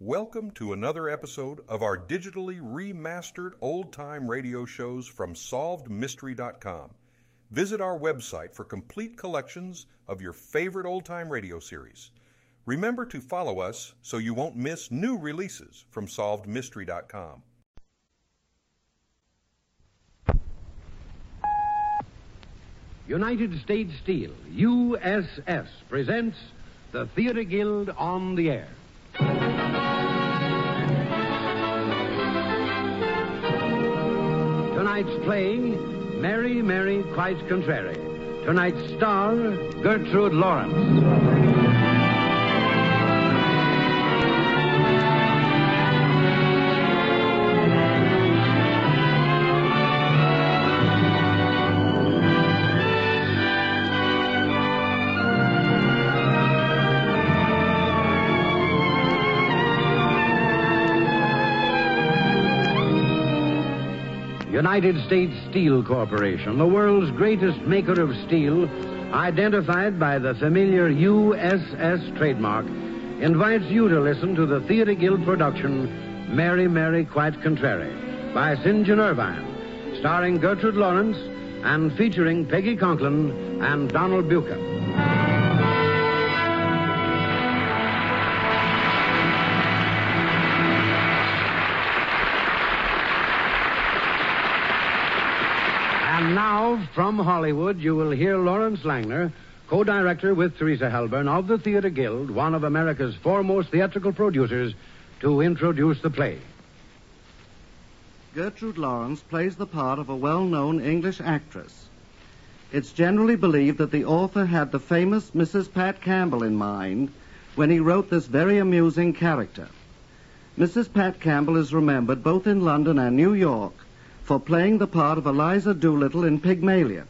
Welcome to another episode of our digitally remastered old time radio shows from SolvedMystery.com. Visit our website for complete collections of your favorite old time radio series. Remember to follow us so you won't miss new releases from SolvedMystery.com. United States Steel, USS, presents the Theater Guild on the Air. Tonight's playing, Mary, Mary, quite contrary. Tonight's star, Gertrude Lawrence. United States Steel Corporation, the world's greatest maker of steel, identified by the familiar USS trademark, invites you to listen to the Theater Guild production, Mary, Mary, Quite Contrary, by St. John Irvine, starring Gertrude Lawrence and featuring Peggy Conklin and Donald Buchan. And now, from Hollywood, you will hear Lawrence Langner, co director with Teresa Halbern of the Theater Guild, one of America's foremost theatrical producers, to introduce the play. Gertrude Lawrence plays the part of a well known English actress. It's generally believed that the author had the famous Mrs. Pat Campbell in mind when he wrote this very amusing character. Mrs. Pat Campbell is remembered both in London and New York for playing the part of Eliza Doolittle in Pygmalion.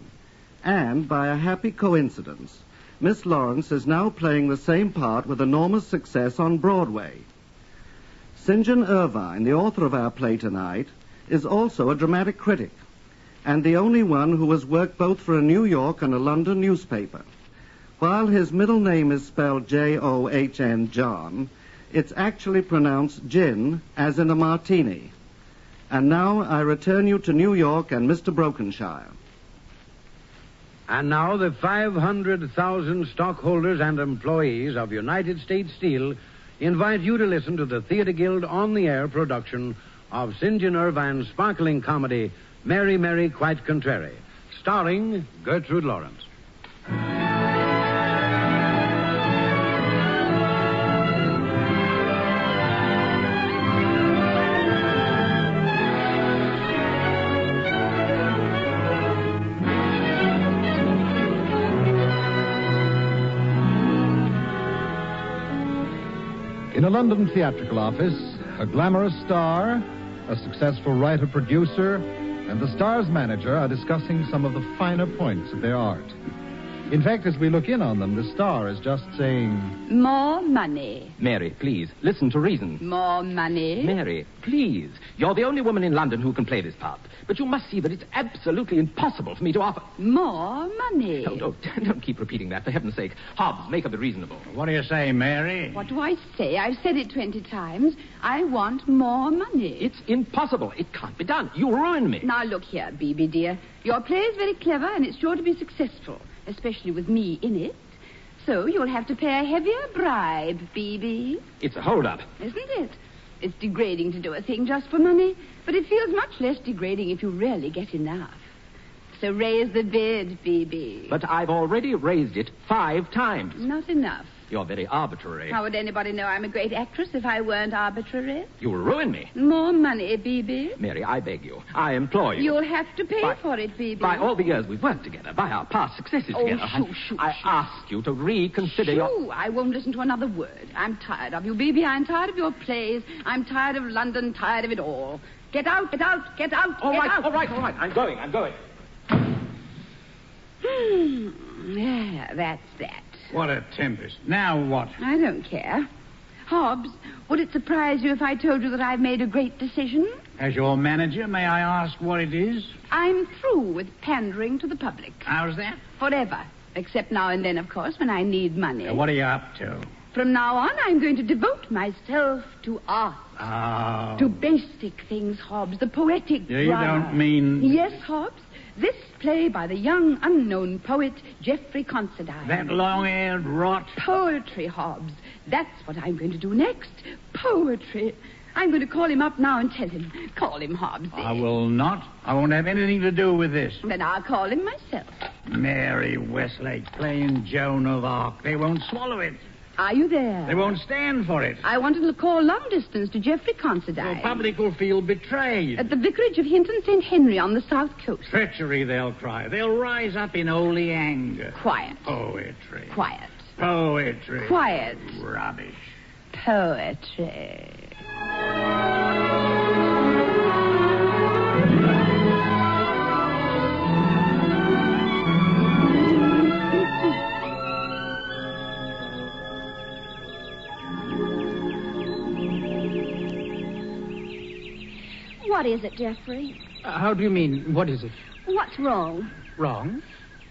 And by a happy coincidence, Miss Lawrence is now playing the same part with enormous success on Broadway. St. John Irvine, the author of our play tonight, is also a dramatic critic, and the only one who has worked both for a New York and a London newspaper. While his middle name is spelled J-O-H-N, John, it's actually pronounced gin, as in a martini. And now I return you to New York and Mr. Brokenshire. And now, the 500,000 stockholders and employees of United States Steel invite you to listen to the Theater Guild on the air production of St. John Irvine's sparkling comedy, Mary, Mary, Quite Contrary, starring Gertrude Lawrence. In a London theatrical office, a glamorous star, a successful writer producer, and the star's manager are discussing some of the finer points of their art. In fact, as we look in on them, the star is just saying, More money. Mary, please, listen to reason. More money. Mary, please. You're the only woman in London who can play this part. But you must see that it's absolutely impossible for me to offer. More money. No, don't, don't keep repeating that, for heaven's sake. Hobbs, make up the reasonable. What do you say, Mary? What do I say? I've said it 20 times. I want more money. It's impossible. It can't be done. You ruin me. Now, look here, BB dear. Your play is very clever and it's sure to be successful, especially with me in it. So you'll have to pay a heavier bribe, BB, It's a hold-up. isn't it? It's degrading to do a thing just for money, but it feels much less degrading if you really get enough. So raise the bid, BB. But I've already raised it five times. Not enough. You're very arbitrary. How would anybody know I'm a great actress if I weren't arbitrary? You ruin me. More money, Bibi. Mary, I beg you. I implore you. You'll have to pay By- for it, Bibi. By all the years we've worked together, by our past successes Oh, together, shoo, I, shoo, I shoo. ask you to reconsider your... Shoo, I won't listen to another word. I'm tired of you, Bibi. I'm tired of your plays. I'm tired of London, tired of it all. Get out, get out, get out, All get right, out. all right, all right. I'm going, I'm going. Hmm, yeah, that's that. What a tempest. Now what? I don't care. Hobbs, would it surprise you if I told you that I've made a great decision? As your manager, may I ask what it is? I'm through with pandering to the public. How's that? Forever. Except now and then, of course, when I need money. Uh, What are you up to? From now on, I'm going to devote myself to art, Oh. to basic things, Hobbs, the poetic You drama. don't mean- Yes, Hobbs. This play by the young unknown poet Geoffrey Considine. That long-haired rot. Poetry, Hobbs. That's what I'm going to do next. Poetry. I'm going to call him up now and tell him. Call him, Hobbs. I will not. I won't have anything to do with this. Then I'll call him myself. Mary Westlake playing Joan of Arc. They won't swallow it. Are you there? They won't stand for it. I wanted to call long distance to Geoffrey Considine. The public will feel betrayed. At the vicarage of Hinton St. Henry on the south coast. Treachery, they'll cry. They'll rise up in holy anger. Quiet. Poetry. Quiet. Poetry. Quiet. Rubbish. Poetry. What is it, Jeffrey? Uh, How do you mean? What is it? What's wrong? Wrong?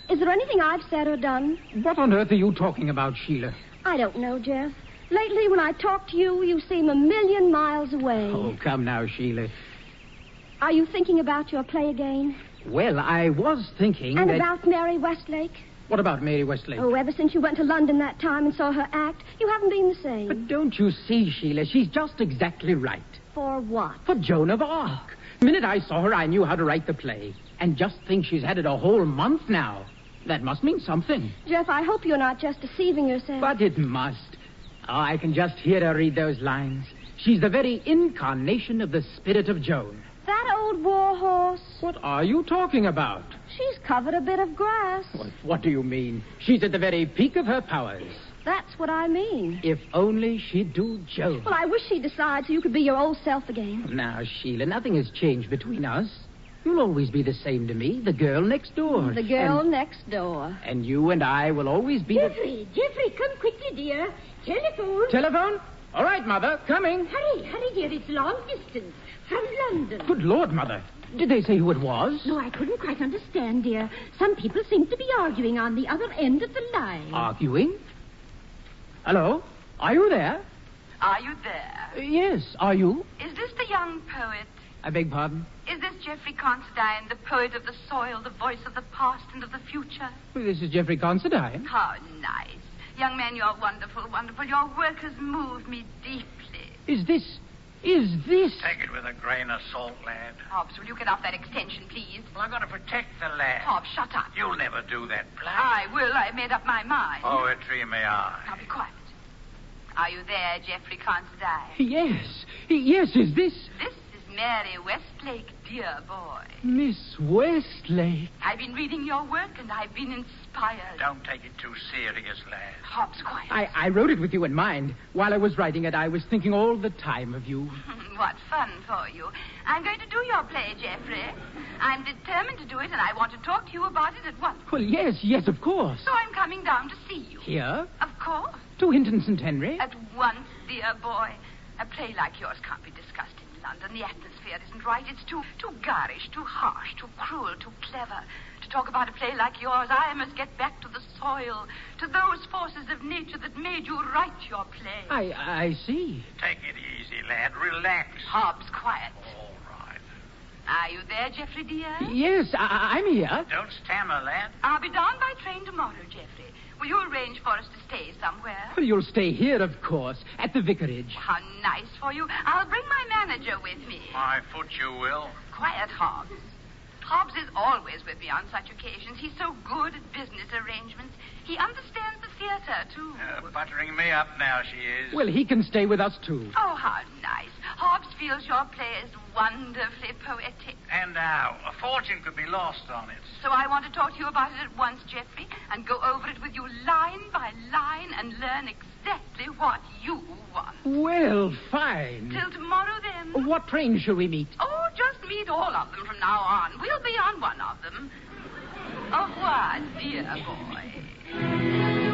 Is there anything I've said or done? What on earth are you talking about, Sheila? I don't know, Jeff. Lately, when I talk to you, you seem a million miles away. Oh, come now, Sheila. Are you thinking about your play again? Well, I was thinking And that. about Mary Westlake? What about Mary Westlake? Oh, ever since you went to London that time and saw her act, you haven't been the same. But don't you see, Sheila? She's just exactly right. For what? For Joan of Arc. The minute I saw her, I knew how to write the play. And just think she's had it a whole month now. That must mean something. Jeff, I hope you're not just deceiving yourself. But it must. Oh, I can just hear her read those lines. She's the very incarnation of the spirit of Joan. That old war horse, What are you talking about? she's covered a bit of grass. Well, what do you mean? She's at the very peak of her powers. That's what I mean. If only she'd do Joan. Well, I wish she'd decide so you could be your old self again. Now, Sheila, nothing has changed between us. You'll always be the same to me, the girl next door. The girl And, next door. and you and I will always be the... Jeffrey, come quickly, dear. Telephone. Telephone? All right, Mother, coming. Hurry, hurry, dear. It's long distance. From London. Good Lord, Mother. Did they say who it was? No, I couldn't quite understand, dear. Some people seem to be arguing on the other end of the line. Arguing? Hello? Are you there? Are you there? Uh, yes, are you? Is this the young poet? I beg pardon? Is this Geoffrey Considine, the poet of the soil, the voice of the past and of the future? This is Jeffrey Considine. How nice. Young man, you're wonderful, wonderful. Your work has moved me deeply. Is this... Is this... Take it with a grain of salt, lad. Hobbs, will you get off that extension, please? Well, I'm going to protect the lad. Hobbs, shut up. You'll never do that, I will. I made up my mind. Poetry, may I? Now be quiet. Are you there, Geoffrey Considine? Yes. Yes, is this... This is Mary Westlake, dear boy. Miss Westlake. I've been reading your work and I've been inspired. Don't take it too serious, lad. Hobbs, quiet. I, I wrote it with you in mind. While I was writing it, I was thinking all the time of you. what fun for you. I'm going to do your play, Geoffrey. I'm determined to do it and I want to talk to you about it at once. Well, yes, yes, of course. So I'm coming down to see you. Here, Of course. to Hinton St. Henry. At once, dear boy. A play like yours can't be discussed in London. The atmosphere isn't right. It's too too garish, too harsh, too cruel, too clever. To talk about a play like yours, I must get back to the soil, to those forces of nature that made you write your play. I, I see. Take it easy, lad. Relax. Hobbs, quiet. All right. Are you there, Geoffrey dear? Yes, I- I, I'm here. Don't stammer, lad. I'll be down by train tomorrow, Geoffrey. Will you arrange for us to stay somewhere? Well, you'll stay here, of course, at the vicarage. How nice for you. I'll bring my manager with me. My foot, you will. Quiet, Hobbs. Hobbs is always with me on such occasions. He's so good at business arrangements. He understands the theater, too. Uh, buttering me up now, she is. Well, he can stay with us, too. Oh, how nice. Hobbs feels your play is wonderfully poetic. And now, a fortune could be lost on it. So I want to talk to you about it at once, Geoffrey, and go over it with you line by line and learn exactly what you want. Well, fine. Till tomorrow, then. What train shall we meet? Oh, just meet all of them from now on. We'll be on one of them. Au revoir, dear boy.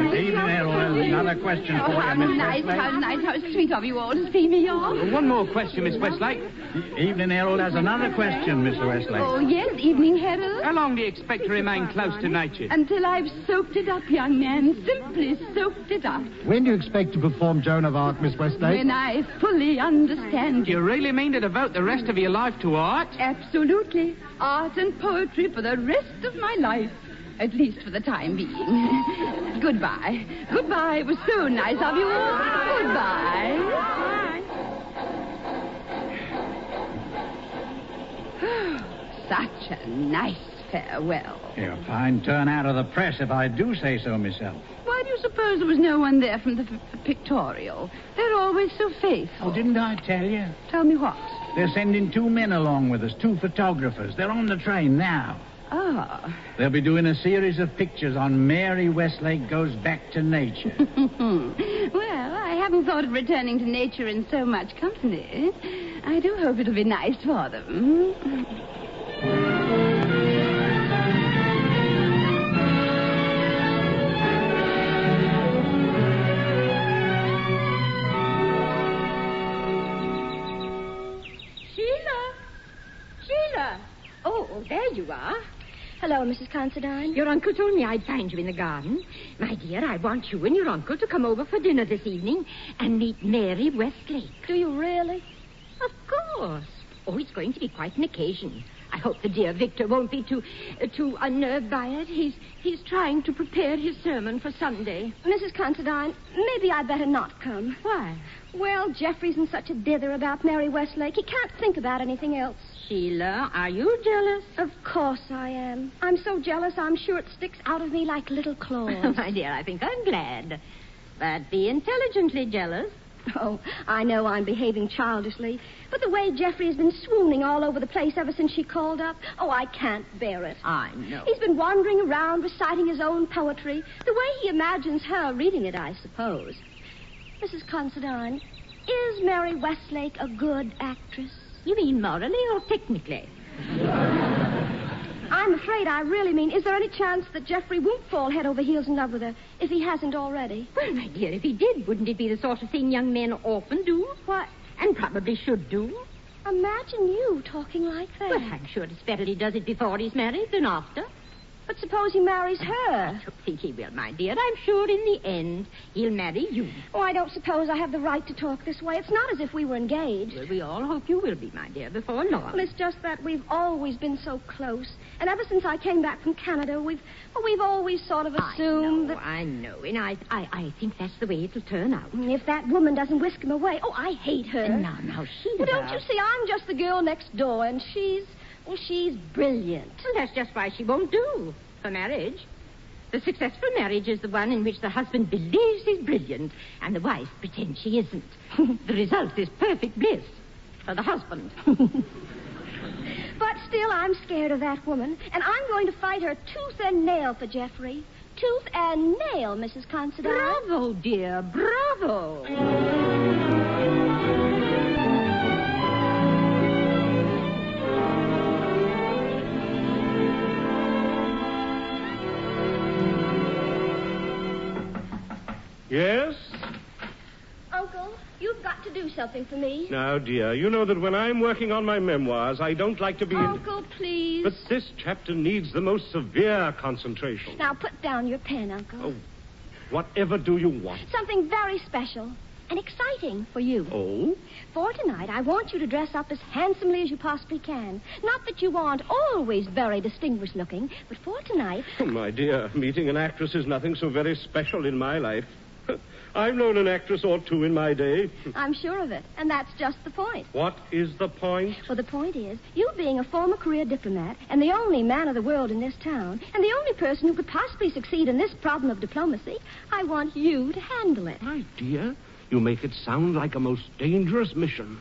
Leave it there, or there's another particular question Oh, for how you, Miss nice, how Westlake. nice, how sweet of you all to see me off. One more question, Miss Westlake. E- Evening Herald has another question, Miss Oh, Westlake. yes, evening, Harold. How long do you expect to remain close to nature? Until I've soaked it up, young man. Simply soaked it up. When do you expect to perform Joan of Arc, Miss Westlake? When I fully understand Do you really mean to devote the rest of your life to art? Absolutely. Art and poetry for the rest of my life. At least for the time being. Goodbye. Goodbye. It was so nice of you all. Goodbye. Such a nice farewell. You're a fine turn out of the press, if I do say so myself. Why do you suppose there was no one there from the p- p- pictorial? They're always so faithful. Oh, didn't I tell you? Tell me what. They're sending two men along with us, two photographers. They're on the train now. Ah. They'll be doing a series of pictures on Mary Westlake Goes Back to Nature. well, I haven't thought of returning to nature in so much company. I do hope it'll be nice for them. Sheila! Sheila! Oh, there you are. Hello, Mrs. Considine. Your uncle told me I'd find you in the garden. My dear, I want you and your uncle to come over for dinner this evening and meet Mary Westlake. Do you really? Of course. Oh, it's going to be quite an occasion. I hope the dear Victor won't be too uh, too unnerved by it. He's he's trying to prepare his sermon for Sunday. Mrs. Considine, maybe I'd better not come. Why? Well, Jeffrey's in such a dither about Mary Westlake. He can't think about anything else. Sheila, are you jealous? Of course I am. I'm so jealous, I'm sure it sticks out of me like little claws. My dear, I think I'm glad. But be intelligently jealous. oh, I know I'm behaving childishly, but the way Jeffrey's been swooning all over the place ever since she called up, oh, I can't bear it. I know. He's been wandering around reciting his own poetry, the way he imagines her reading it, I suppose. Mrs. Considine, is Mary Westlake a good actress? You mean morally or technically? I'm afraid I really mean, is there any chance that Jeffrey won't fall head over heels in love with her if he hasn't already? Well, my dear, if he did, wouldn't it be the sort of thing young men often do? What? And probably should do. Imagine you talking like that. Well, I'm sure it's better he does it before he's married than after. Oh, But suppose he marries her. I don't think he will, my dear. I'm sure in the end he'll marry you. Oh, I don't suppose I have the right to talk this way. It's not as if we were engaged. Well, we all hope you will be, my dear, before long. Well, it's just that we've always been so close. And ever since I came back from Canada, we've well, we've always sort of I assumed know, that I know, and I, I, I think that's the way it'll turn out. Mm, if that woman doesn't whisk him away, oh, I hate her. Now, now, Sheila. Well, don't you see? I'm just the girl next door, and she's well, she's brilliant. Well, that's just why she won't do for marriage. The successful marriage is the one in which the husband believes he's brilliant and the wife pretends she isn't. the result is perfect bliss for the husband. But still, I'm scared of that woman, and I'm going to fight her tooth and nail for Jeffrey. Tooth and nail, Mrs. Considine. bravo, dear, bravo. Yes? Uncle, you've got to do something for me. Now, dear, you know that when I'm working on my memoirs, I don't like to be. in- Uncle, Oh, please. But this chapter needs the most severe concentration. Now put down your pen, Uncle. Oh, whatever do you want? Something very special and exciting for you. Oh? For tonight, I want you to dress up as handsomely as you possibly can. Not that you aren't always very distinguished looking, but for tonight, Oh, My dear, meeting an actress is nothing so very special in my life. I've known an actress or two in my day. I'm sure of it. And that's just the point. What is the point? Well, the point is, you being a former career diplomat and the only man of the world in this town, and the only person who could possibly succeed in this problem of diplomacy, I want you to handle it. My dear, you make it sound like a most dangerous mission.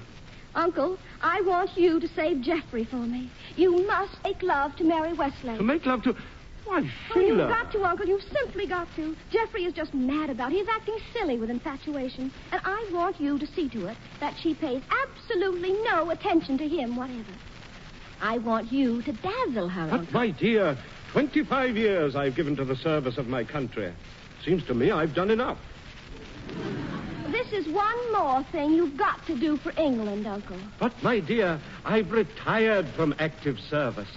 Uncle, I want you to save Jeffrey for me. You must make love to Mary Westlake. To make love to. Why, Oh, you've Sheila. got to, Uncle. You've simply got to. Jeffrey is just mad about it. He's acting silly with infatuation. And I want you to see to it that she pays absolutely no attention to him whatever. I want you to dazzle her, But, Uncle. my dear, 25 years I've given to the service of my country. Seems to me I've done enough. This is one more thing you've got to do for England, Uncle. But, my dear, I've retired from active service.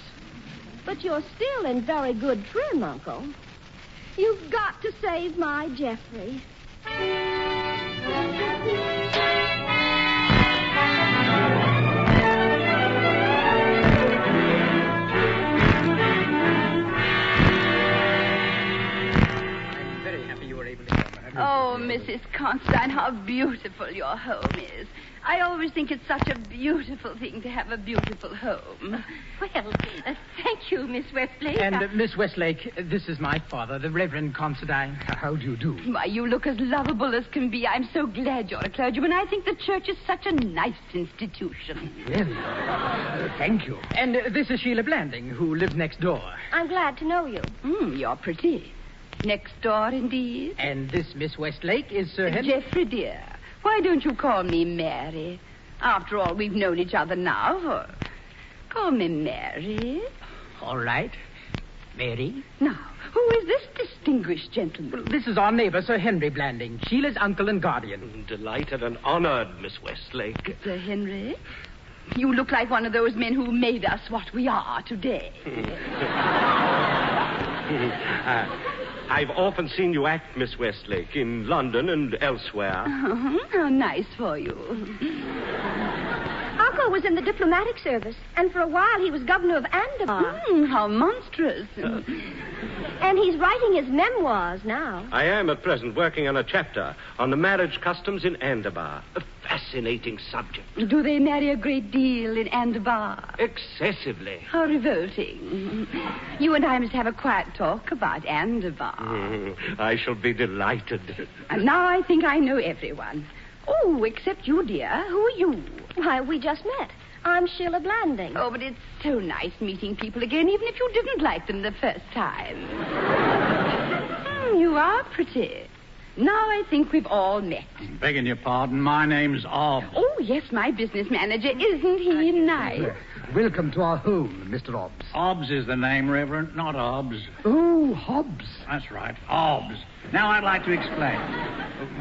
But you're still in very good trim, Uncle. You've got to save my Jeffrey. I'm very happy you were able to come. I'm- Oh, Mrs. Constine, how beautiful your home is. I always think it's such a beautiful thing to have a beautiful home. Well, uh, thank you, Miss Westlake. And I- uh, Miss Westlake, uh, this is my father, the Reverend Considine. How do you do? Why, you look as lovable as can be. I'm so glad you're a clergyman. I think the church is such a nice institution. thank you. And uh, this is Sheila Blanding, who lives next door. I'm glad to know you. Mm, you're pretty. Next door, indeed. And this Miss Westlake is Uh, Sir Henry. Geoffrey, dear, why don't you call me Mary? After all, we've known each other now for... Call me Mary. All right. Mary? Now, who is this distinguished gentleman? This is our neighbor, Sir Henry Blanding, Sheila's uncle and guardian. Delighted and honored, Miss Westlake. Sir Henry, you look like one of those men who made us what we are today. Uh, I've often seen you act, Miss Westlake, in London and elsewhere. Oh, how nice for you. Uncle was in the diplomatic service, and for a while he was governor of Andaman. Mm, how monstrous. Uh, And he's writing his memoirs now. I am at present working on a chapter on the marriage customs in Andabar. A fascinating subject. Do they marry a great deal in Andabar? Excessively. How revolting. You and I must have a quiet talk about Andabar. Mm, I shall be delighted. And now I think I know everyone. Oh, except you, dear. Who are you? Why, we just met. I'm Sheila Blanding. Oh, but it's so nice meeting people again, even if you didn't like them the first time. Hmm, you are pretty. Now I think we've all met. Begging your pardon, my name's Ob. Oh, yes, my business manager. Isn't he nice? Welcome to our home, Mr. Hobbs. Hobbs is the name, Reverend, not Hobbs. Oh, Hobbs. That's right, Hobbs. Now I'd like to explain.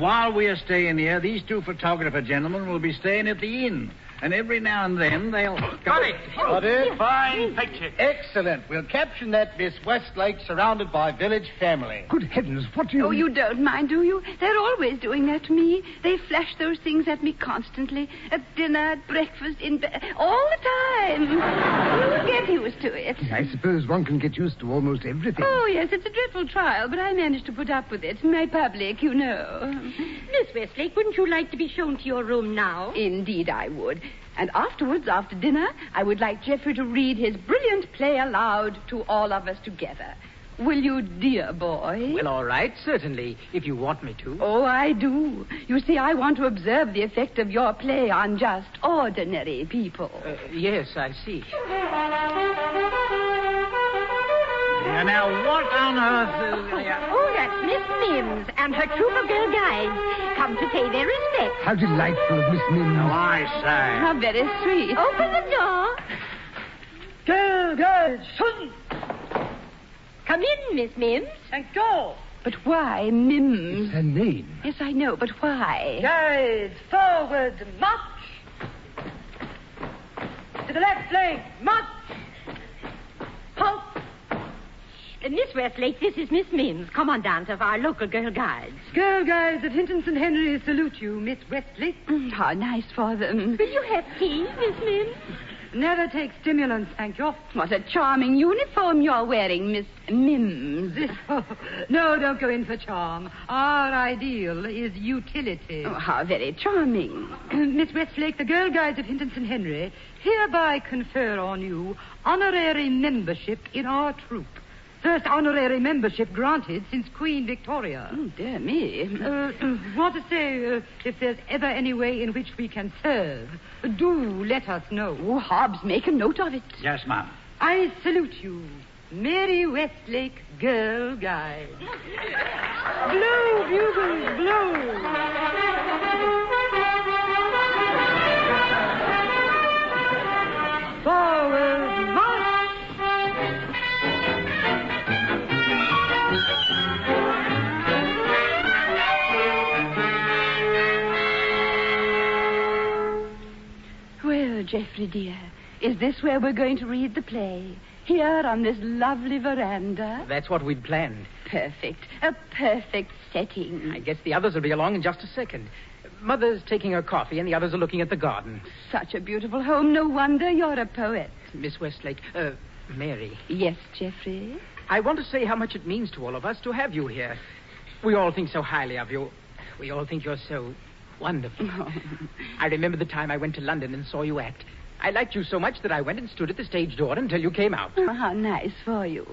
While we are staying here, these two photographer gentlemen will be staying at the inn. And every now and then they'll. Got it. Got it? Fine picture. Excellent. We'll caption that Miss Westlake surrounded by village family. Good heavens, what do Oh, you don't mind, do you? They're always doing that to me. They flash those things at me constantly. At dinner, at breakfast, in bed. All the time. You'll get used to it. I suppose one can get used to almost everything. Oh, yes, it's a dreadful trial, but I managed to put up with it. My public, you know. Miss Westlake, wouldn't you like to be shown to your room now? Indeed, I would. And afterwards, after dinner, I would like Geoffrey to read his brilliant play aloud to all of us together. Will you, dear boy? Well, all right, certainly, if you want me to. Oh, I do. You see, I want to observe the effect of your play on just ordinary people. Yes, I see. And now, what on earth? Is... Oh, that's Miss Mims and her troop of girl guides come to pay their respects. How delightful of Miss Mims. Oh, I say. How very sweet. Open the door. Girl guides, Come in, Miss Mims. And go. But why Mims? It's her name. Yes, I know, but why? Guides, forward, march. To the left flank, march. Halt. Uh, Miss Westlake, this is Miss Mims, commandant of our local girl guides. Girl guides of Hinton St. Henry salute you, Miss Westlake. Mm, how nice for them. Will you have tea, Miss Mims? Never take stimulants, thank you. What a charming uniform you're wearing, Miss Mims. No, don't go in for charm. Our ideal is utility. Oh, how very charming. Miss Westlake, the Girl Guides of Hinton St. Henry hereby confer on you honorary membership in our troop. First honorary membership granted since Queen Victoria. Oh, dear me. Uh, want to say, uh, if there's ever any way in which we can serve, do let us know. Oh, Hobbs, make a note of it. Yes, ma'am. I salute you, Mary Westlake, Girl Guide. blow, bugles, blow. Forward, march. Thank you. Well, Geoffrey, dear, is this where we're going to read the play? Here on this lovely veranda? That's what we'd planned. Perfect. A perfect setting. I guess the others will be along in just a second. Mother's taking her coffee, and the others are looking at the garden. Such a beautiful home. No wonder you're a poet. Miss Westlake, uh, Mary, Yes, Geoffrey? I want to say how much it means to all of us to have you here. We all think so highly of you. We all think you're so wonderful. I remember the time I went to London and saw you act. I liked you so much that I went and stood at the stage door until you came out. Oh, how nice for you.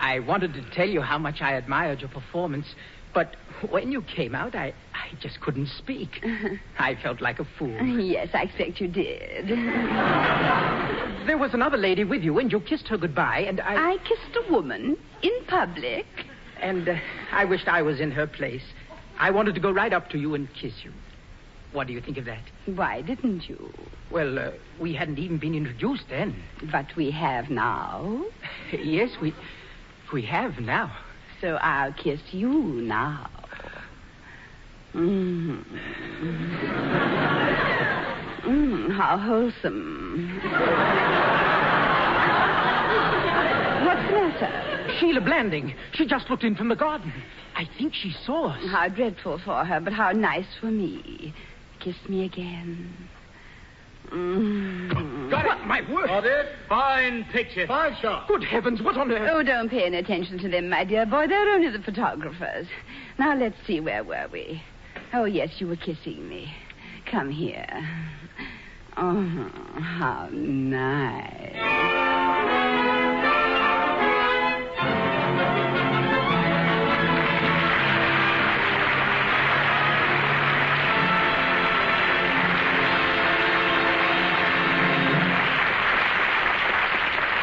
I wanted to tell you how much I admired your performance, but when you came out, I, I just couldn't speak. I felt like a fool. yes, I expect you did. There was another lady with you, and you kissed her goodbye, and I. I kissed a woman in public. And uh, I wished I was in her place. I wanted to go right up to you and kiss you. What do you think of that? Why didn't you? Well, uh, we hadn't even been introduced then. But we have now. yes, we. We have now. So I'll kiss you now. Mm. Mm, how wholesome. What's the matter? Sheila Blanding. She just looked in from the garden. I think she saw us. How dreadful for her, but how nice for me. Kiss me again. Mm. Got it. My word. Got it. Fine picture. Five shot. Good heavens, what on earth? Oh, don't pay any attention to them, my dear boy. They're only the photographers. Now, let's see, where were we? Oh, yes, you were kissing me. Come here. Oh, how nice.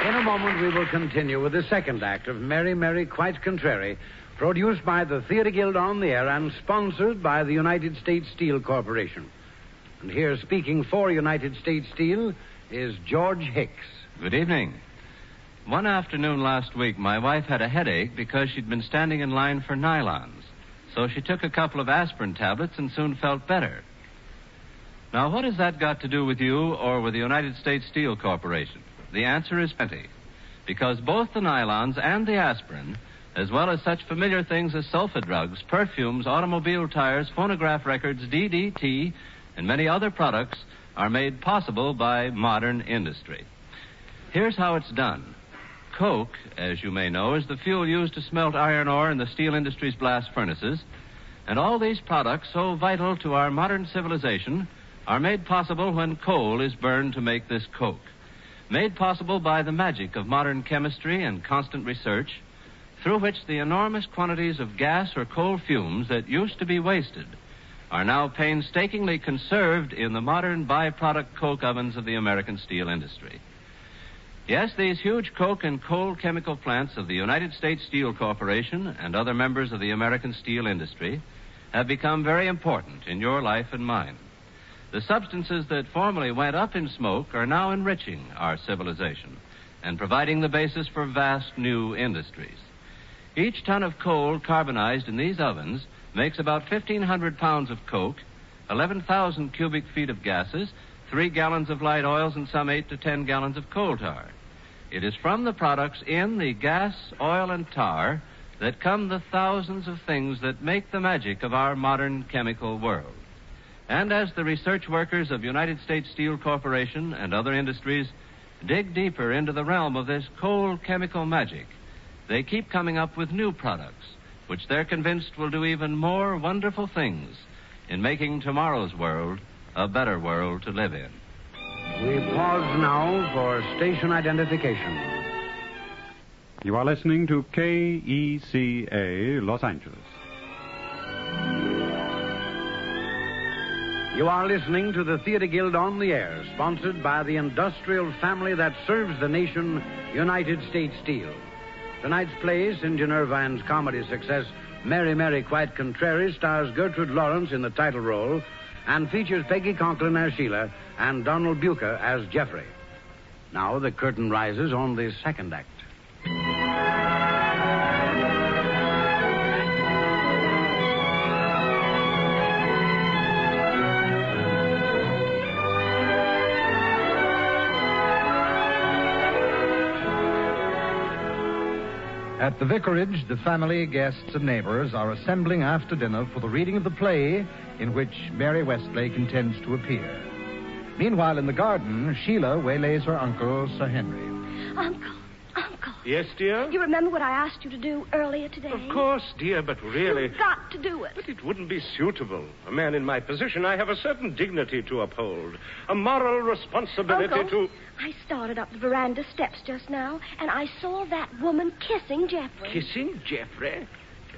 In a moment, we will continue with the second act of Mary Mary Quite Contrary, produced by the Theatre Guild on the air and sponsored by the United States Steel Corporation. And here speaking for United States Steel is George Hicks. Good evening. One afternoon last week, my wife had a headache because she'd been standing in line for nylons. So she took a couple of aspirin tablets and soon felt better. Now, what has that got to do with you or with the United States Steel Corporation? The answer is plenty. Because both the nylons and the aspirin, as well as such familiar things as sulfa drugs, perfumes, automobile tires, phonograph records, DDT, and many other products, are made possible by modern industry. Here's how it's done. Coke, as you may know, is the fuel used to smelt iron ore in the steel industry's blast furnaces. And all these products, so vital to our modern civilization, are made possible when coal is burned to make this coke. Made possible by the magic of modern chemistry and constant research, through which the enormous quantities of gas or coal fumes that used to be wasted are now painstakingly conserved in the modern byproduct coke ovens of the American steel industry. Yes, these huge coke and coal chemical plants of the United States Steel Corporation and other members of the American steel industry have become very important in your life and mine. The substances that formerly went up in smoke are now enriching our civilization and providing the basis for vast new industries. Each ton of coal carbonized in these ovens makes about 1,500 pounds of coke, 11,000 cubic feet of gases, 3 gallons of light oils, and some 8 to 10 gallons of coal tar. It is from the products in the gas, oil, and tar that come the thousands of things that make the magic of our modern chemical world. And as the research workers of United States Steel Corporation and other industries dig deeper into the realm of this coal chemical magic, they keep coming up with new products, which they're convinced will do even more wonderful things in making tomorrow's world a better world to live in. We pause now for station identification. You are listening to KECA Los Angeles. You are listening to the Theatre Guild on the air, sponsored by the industrial family that serves the nation, United States Steel. Tonight's play, St. John Irvine's comedy success, Mary Mary Quite Contrary, stars Gertrude Lawrence in the title role and features Peggy Conklin as Sheila and Donald Bucher as Jeffrey. Now the curtain rises on the second act. At the vicarage, the family, guests, and neighbors are assembling after dinner for the reading of the play in which Mary Westlake intends to appear. Meanwhile, in the garden, Sheila waylays her uncle, Sir Henry. Uncle, Yes, dear? you remember what I asked you to do earlier today? Of course, dear, but really. You've got to do it. But it wouldn't be suitable. A man in my position, I have a certain dignity to uphold, a moral responsibility Uncle, to. I started up the veranda steps just now, and I saw that woman kissing Jeffrey. Kissing Jeffrey?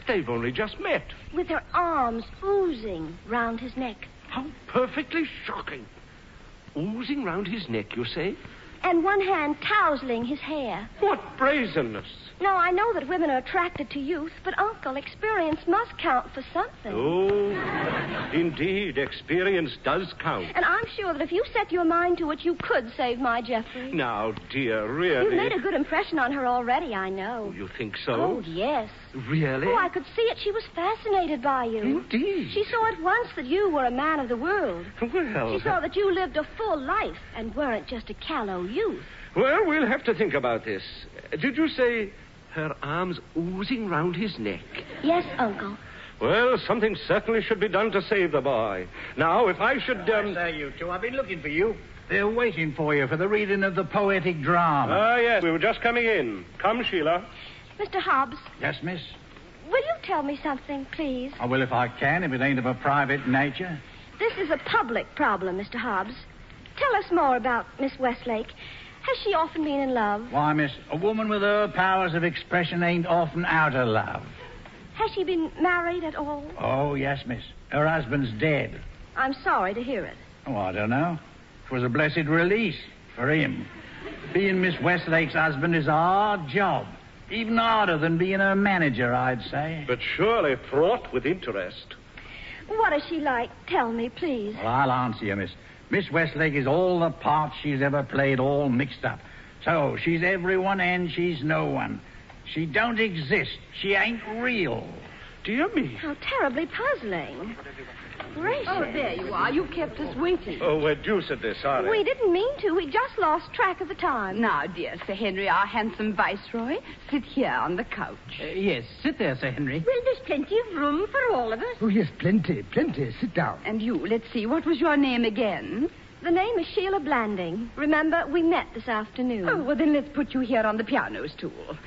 They've only just met. With her arms oozing round his neck. How perfectly shocking. Oozing round his neck, you say? And one hand tousling his hair. What brazenness! No, I know that women are attracted to youth, but, Uncle, experience must count for something. Oh, indeed, experience does count. And I'm sure that if you set your mind to it, you could save my Jeffrey. Now, dear, really. You've made a good impression on her already, I know. You think so? Oh, yes. Really? Oh, I could see it. She was fascinated by you. Indeed. She saw at once that you were a man of the world. Well, She saw that you lived a full life and weren't just a callow youth. Well, we'll have to think about this. Uh, Did you say her arms oozing round his neck? Yes, Uncle. well, something certainly should be done to save the boy. Now, if I should. Um... say, you two, I've been looking for you. They're waiting for you for the reading of the poetic drama. Ah, yes, we were just coming in. Come, Sheila. Mr. Hobbs, Yes, miss? will you tell me something, please? I will if I can, if it ain't of a private nature. This is a public problem, Mr. Hobbs. Tell us more about Miss Westlake. Has she often been in love? Why, miss, a woman with her powers of expression ain't often out of love. Has she been married at all? Oh, yes, miss. Her husband's dead. I'm sorry to hear it. Oh, I don't know. It was a blessed release for him. Being Miss Westlake's husband is a hard job. Even harder than being her manager, I'd say. But surely fraught with interest. What is she like? Tell me, please. Well, I'll answer you, miss. Miss Westlake is all the parts she's ever played all mixed up. So she's everyone and she's no one. She don't exist. She ain't real. Dear me. How terribly puzzling. Gracious. Oh, there you are. You kept us waiting. Oh, we're deuce at this, aren't We didn't mean to. We just lost track of the time. Now, dear Sir Henry, our handsome viceroy, sit here on the couch. Uh, yes, sit there, Sir Henry. Well, there's plenty of room for all of us. Oh, yes, plenty, plenty. Sit down. And you, let's see, what was your name again? The name is Sheila Blanding. Remember, we met this afternoon. Oh, well, then let's put you here on the piano stool.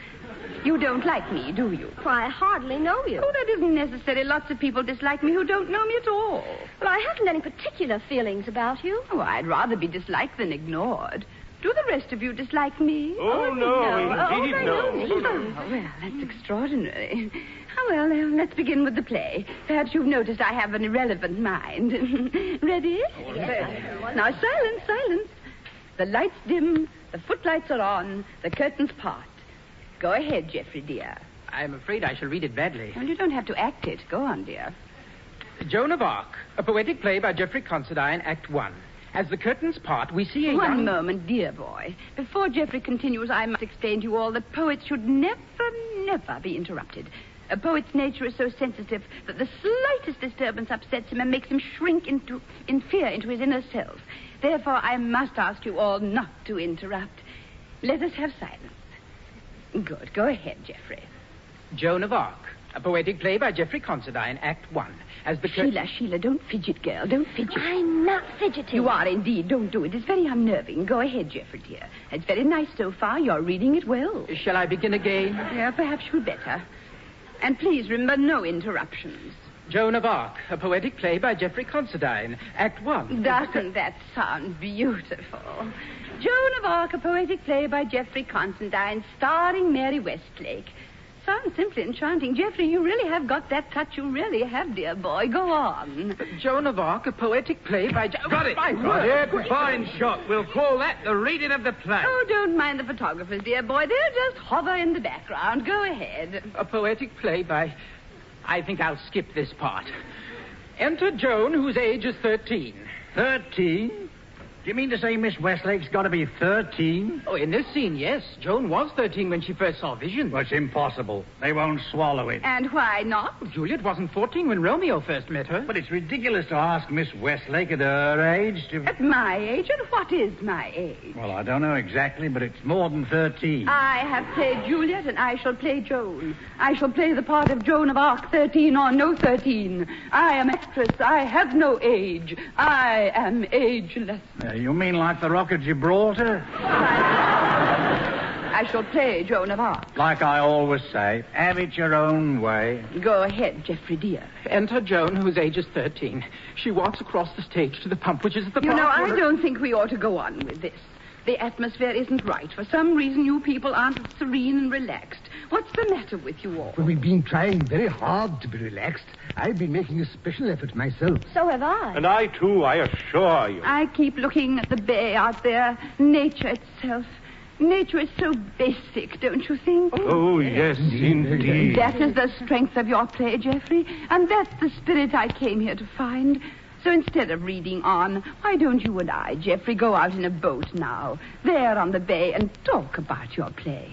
You don't like me, do you? Why, I hardly know you. Oh, that isn't necessary. Lots of people dislike me who don't know me at all. Well, I haven't any particular feelings about you. Oh, I'd rather be disliked than ignored. Do the rest of you dislike me? Oh, no, Oh, indeed, they no. know me. Oh, well, that's extraordinary. Oh, well, uh, let's begin with the play. Perhaps you've noticed I have an irrelevant mind. Ready? Yes. Now, silence, silence. The lights dim, the footlights are on, the curtains part. Go ahead, Geoffrey, dear. I'm afraid I shall read it badly. Well, you don't have to act it. Go on, dear. Joan of Arc, a poetic play by Geoffrey Considine, Act One. As the curtains part, we see a One young... moment, dear boy. Before Geoffrey continues, I must explain to you all that poets should never, never be interrupted. A poet's nature is so sensitive that the slightest disturbance upsets him and makes him shrink into, in fear into his inner self. Therefore, I must ask you all not to interrupt. Let us have silence. Good. Go ahead, Geoffrey. Joan of Arc, a poetic play by Geoffrey Considine, Act One. As the curtains... Sheila, Sheila, don't fidget, girl. Don't fidget. I'm not fidgeting. You are indeed. Don't do it. It's very unnerving. Go ahead, Geoffrey, dear. It's very nice so far. You're reading it well. Shall I begin again? Yeah, perhaps you'd better. And please remember no interruptions. Joan of Arc, a poetic play by Geoffrey Considine, Act One. Doesn't that sound beautiful? Joan of Arc, a poetic play by Geoffrey Constantine, starring Mary Westlake. Sounds simply enchanting. Geoffrey, you really have got that touch. You really have, dear boy. Go on. Joan of Arc, a poetic play by... Jo- Got it. My Got word. it. Fine shot. We'll call that the reading of the play. Oh, don't mind the photographers, dear boy. They'll just hover in the background. Go ahead. A poetic play by. I think I'll skip this part. Enter Joan, whose age is 13. 13? You mean to say Miss Westlake's got to be 13? Oh, in this scene, yes. Joan was 13 when she first saw visions. Well, it's impossible. They won't swallow it. And why not? Juliet wasn't 14 when Romeo first met her. But it's ridiculous to ask Miss Westlake at her age to. At my age? And what is my age? Well, I don't know exactly, but it's more than 13. I have played Juliet and I shall play Joan. I shall play the part of Joan of Arc, 13 or no 13. I am actress. I have no age. I am ageless. Uh, you mean like the Rock of Gibraltar? I shall play Joan of Arc. Like I always say, have it your own way. Go ahead, Geoffrey dear. Enter Joan, whose age is 13. She walks across the stage to the pump, which is at the You bar know, I for- don't think we ought to go on with this. The atmosphere isn't right. For some reason, you people aren't serene and relaxed. What's the matter with you all? Well, we've been trying very hard to be relaxed. I've been making a special effort myself. So have I. And I, too, I assure you. I keep looking at the bay out there, nature itself. Nature is so basic, don't you think? Oh, yes, indeed. That is the strength of your play, Geoffrey, and that's the spirit I came here to find. So instead of reading on, why don't you and I, Geoffrey, go out in a boat now, there on the bay, and talk about your play?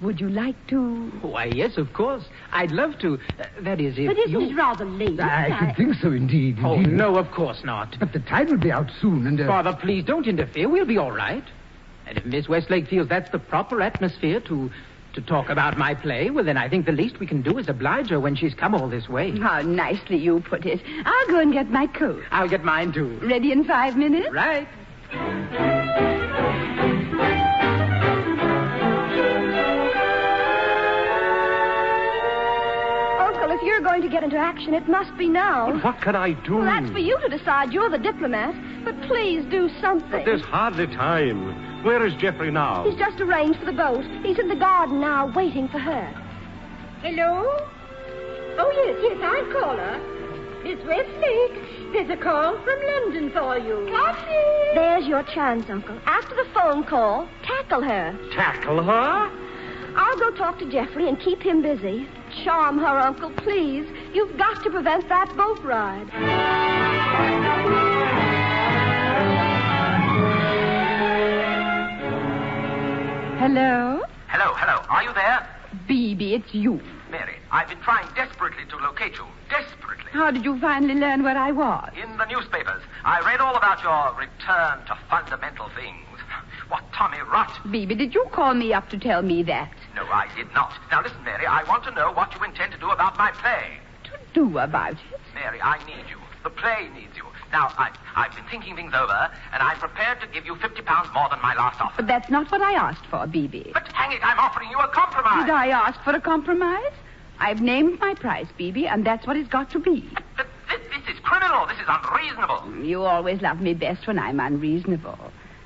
Would you like to? Why, yes, of course. I'd love to. Uh, that is, if But isn't you... it rather late? I should think so, indeed. Oh, indeed. no, of course not. But the tide will be out soon, and. Uh, Father, please don't interfere. We'll be all right. And if Miss Westlake feels that's the proper atmosphere to to talk about my play, well, then I think the least we can do is oblige her when she's come all this way. How nicely you put it. I'll go and get my coat. I'll get mine too. Ready in five minutes? Right. Uncle, if you're going to get into action, it must be now. What can I do? Well, that's for you to decide. You're the diplomat. But please do something. But there's hardly time. Where is Geoffrey now? He's just arranged for the boat. He's in the garden now, waiting for her. Hello? Oh, yes, yes, I'll call her. Miss Westlake, there's a call from London for you. Captain! There's your chance, Uncle. After the phone call, tackle her. Tackle her? I'll go talk to Jeffrey and keep him busy. Charm her, Uncle, please. You've got to prevent that boat ride. Hello? Hello, hello. Are you there? Beebe, it's you. Mary, I've been trying desperately to locate you. Desperately. How did you finally learn where I was? In the newspapers, I read all about your return to fundamental things. What Tommy rot. Beebe, did you call me up to tell me that? No, I did not. Now listen, Mary, I want to know what you intend to do about my play. Do about it? Mary, I need you. The play needs you. Now, I, I've been thinking things over, and I'm prepared to give you £50 more than my last offer. But that's not what I asked for, Beebe. But hang it, I'm offering you a compromise. Did I ask for a compromise? I've named my price, Beebe, and that's what it's got to be. This, this is criminal. This is unreasonable. You always love me best when I'm unreasonable.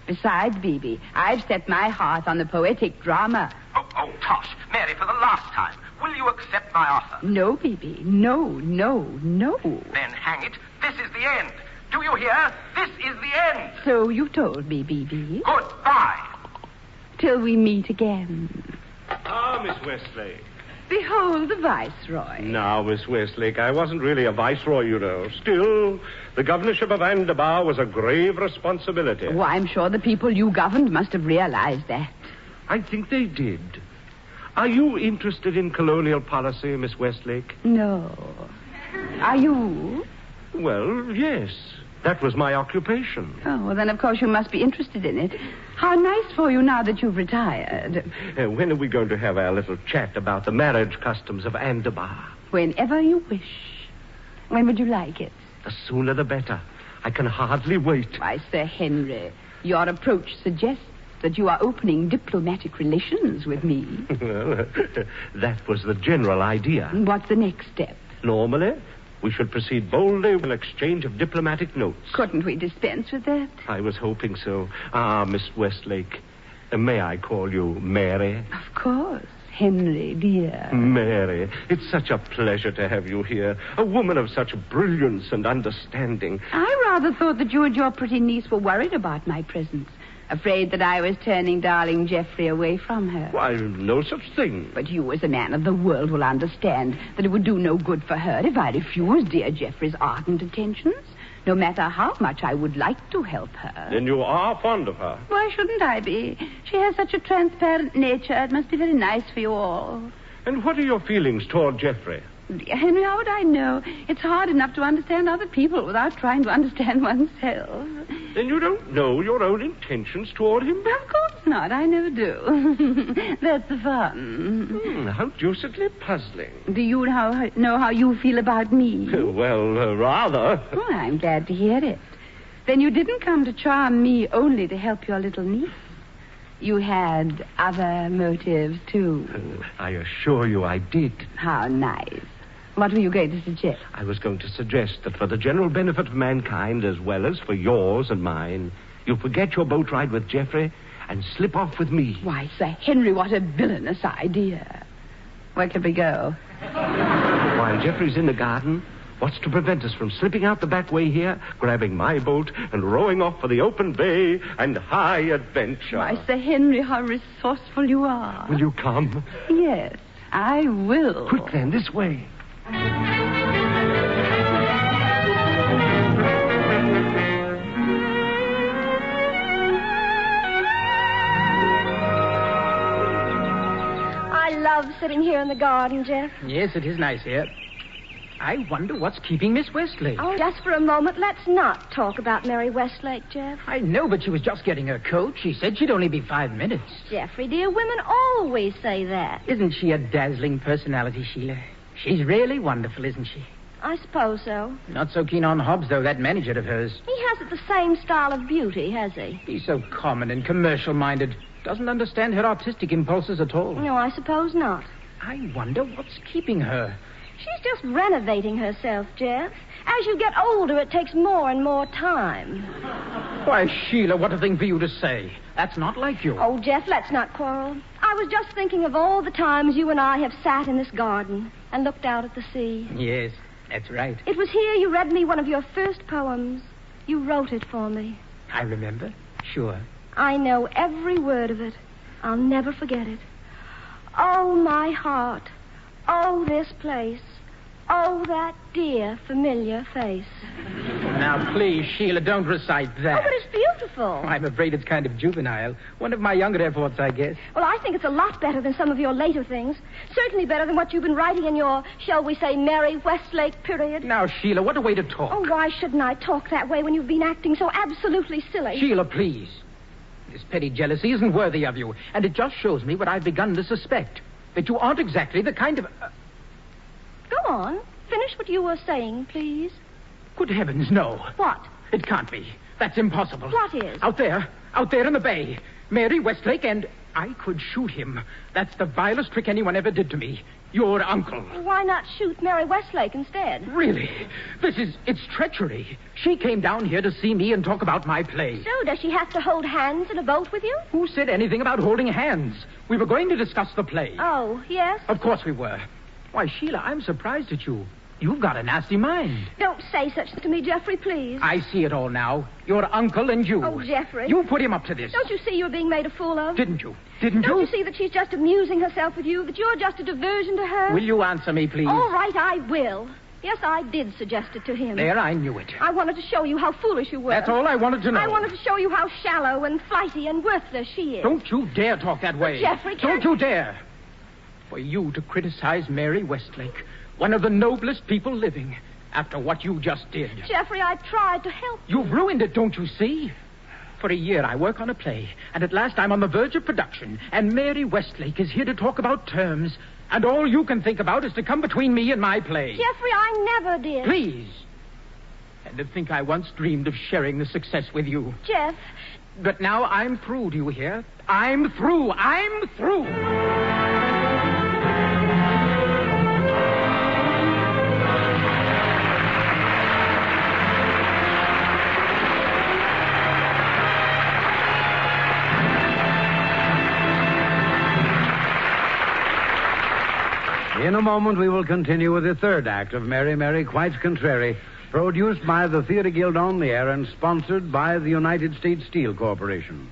Besides, Beebe, I've set my heart on the poetic drama. Oh, oh, Tosh. Mary, for the last time, will you accept my offer? No, Beebe, no, no, no. Then hang it. This is the end. Do you hear? This is the end. So you told me, Beebe. Goodbye. Till we meet again. Ah, Miss Westlake. Behold the Viceroy. Now, Miss Westlake, I wasn't really a viceroy, you know. Still, the governorship of Andabar was a grave responsibility. Oh, I'm sure the people you governed must have realized that. I think they did. Are you interested in colonial policy, Miss Westlake? No. Are you? Well, yes. That was my occupation. Oh, well, then of course you must be interested in it. How nice for you now that you've retired. Uh, when are we going to have our little chat about the marriage customs of Andabar? Whenever you wish. When would you like it? The sooner the better. I can hardly wait. Why, Sir Henry, your approach suggests that you are opening diplomatic relations with me. Well, that was the general idea. What's the next step? Normally, we should proceed boldly with an exchange of diplomatic notes. Couldn't we dispense with that? I was hoping so. Ah, Miss Westlake, uh, may I call you Mary? Of course, Henry, dear. Mary, it's such a pleasure to have you here. A woman of such brilliance and understanding. I rather thought that you and your pretty niece were worried about my presence, afraid that I was turning darling Geoffrey away from her. Why, no such thing. But you, as a man of the world, will understand that it would do no good for her if I refused dear Geoffrey's ardent attentions. no matter how much I would like to help her. Then you are fond of her. Why shouldn't I be? She has such a transparent nature. It must be very nice for you all. And what are your feelings toward Geoffrey? Dear Henry, how would I know? It's hard enough to understand other people without trying to understand oneself. Then you don't know your own intentions toward him? Of course not. I never do. That's the fun. Hmm, how deucedly puzzling. Do you how, know how you feel about me? Well, uh, rather. Oh, I'm glad to hear it. Then you didn't come to charm me only to help your little niece. You had other motives, too. I assure you I did. How nice. What were you going to suggest? I was going to suggest that for the general benefit of mankind, as well as for yours and mine, you forget your boat ride with Geoffrey and slip off with me. Why, Sir Henry, what a villainous idea. Where could we go? While Geoffrey's in the garden, what's to prevent us from slipping out the back way here, grabbing my boat, and rowing off for the open bay and high adventure? Why, Sir Henry, how resourceful you are. Will you come? Yes, I will. Quick then, this way. I love sitting here in the garden, Jeff. Yes, it is nice here. I wonder what's keeping Miss Westlake. Oh, just for a moment, let's not talk about Mary Westlake, Jeff. I know, but she was just getting her coat. She said she'd only be five minutes. Jeffrey, dear, women always say that. Isn't she a dazzling personality, Sheila? She's really wonderful, isn't she? I suppose so. Not so keen on Hobbs, though, that manager of hers. He hasn't the same style of beauty, has he? He's so common and commercial minded. Doesn't understand her artistic impulses at all. No, I suppose not. Oh. I wonder what's keeping her. She's just renovating herself, Jeff. As you get older, it takes more and more time. Why, Sheila, what a thing for you to say. That's not like you. Oh, Jeff, let's not quarrel. I was just thinking of all the times you and I have sat in this garden and looked out at the sea. Yes, that's right. It was here you read me one of your first poems. You wrote it for me. I remember. Sure. I know every word of it. I'll never forget it. Oh, my heart. Oh, this place. Oh, that dear, familiar face. Now, please, Sheila, don't recite Oh, that. Oh, but it's beautiful. I'm afraid it's kind of juvenile. One of my younger efforts, I guess. Well, I think it's a lot better than some of your later things. Certainly better than what you've been writing in your, shall we say, Mary Westlake period. Now, Sheila, what a way to talk. Oh, why shouldn't I talk that way when you've been acting so absolutely silly? Sheila, please. This petty jealousy isn't worthy of you, and it just shows me what I've begun to suspect that you aren't exactly the kind of. uh, Go on. Finish what you were saying, please. good heavens, no. What? It can't be. That's impossible. What is? Out there, out there in the bay. Mary Westlake and. I could shoot him. That's the vilest trick anyone ever did to me. Your uncle. Why not shoot Mary Westlake instead? Really? This is. It's treachery. She came down here to see me and talk about my play. So, does she have to hold hands in a boat with you? Who said anything about holding hands? We were going to discuss the play. Oh, yes? Of course we were. Why, Sheila, I'm surprised at you. You've got a nasty mind. Don't say such to me, Geoffrey, please. I see it all now. Your uncle and you. Oh, Geoffrey. You put him up to this. Don't you see you're being made a fool of? Didn't you? Didn't Don't you? you see that she's just amusing herself with you, that you're just a diversion to her? Will you answer me, please? All right, I will. Yes, I did suggest it to him. There, I knew it. I wanted to show you how foolish you were. That's all I wanted to know. I wanted to show you how shallow and flighty and worthless she is. Don't you dare talk that way. Geoffrey, Don't can't- you dare. For you to criticize Mary Westlake, one of the noblest people living, after what you just did. Jeffrey, I tried to help. You've ruined it, don't you see? For a year I work on a play, and at last I'm on the verge of production, and Mary Westlake is here to talk about terms, and all you can think about is to come between me and my play. Jeffrey, I never did. Please. And to think I once dreamed of sharing the success with you. Jeff, But now I'm through, do you hear? I'm through. I'm through. In a moment, we will continue with the third act of Mary Mary Quite Contrary, produced by the Theatre Guild on the air and sponsored by the United States Steel Corporation.